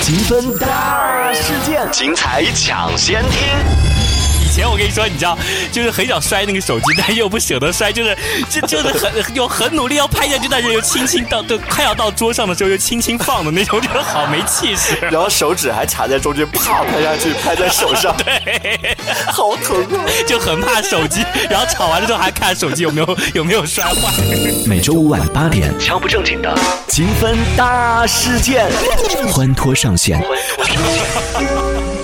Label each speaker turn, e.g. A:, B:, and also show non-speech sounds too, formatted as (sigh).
A: 积分大事件，
B: 精彩抢先听。
C: 以前我跟你说，你知道，就是很想摔那个手机，但又不舍得摔，就是就就是很 (laughs) 有很努力要拍下去，但是又轻轻到，就快要到桌上的时候又轻轻放的那种，就是好没气势。
B: 然后手指还卡在中间，啪拍下去，拍在手 (laughs) 上，
C: 对，
B: 好疼啊！
C: 就很怕手机，然后吵完了之后还看手机有没有有没有摔坏。
A: 每周五晚八点，
B: 敲不正经的，
A: 积分大事件，欢脱上线。
B: 欢脱上线。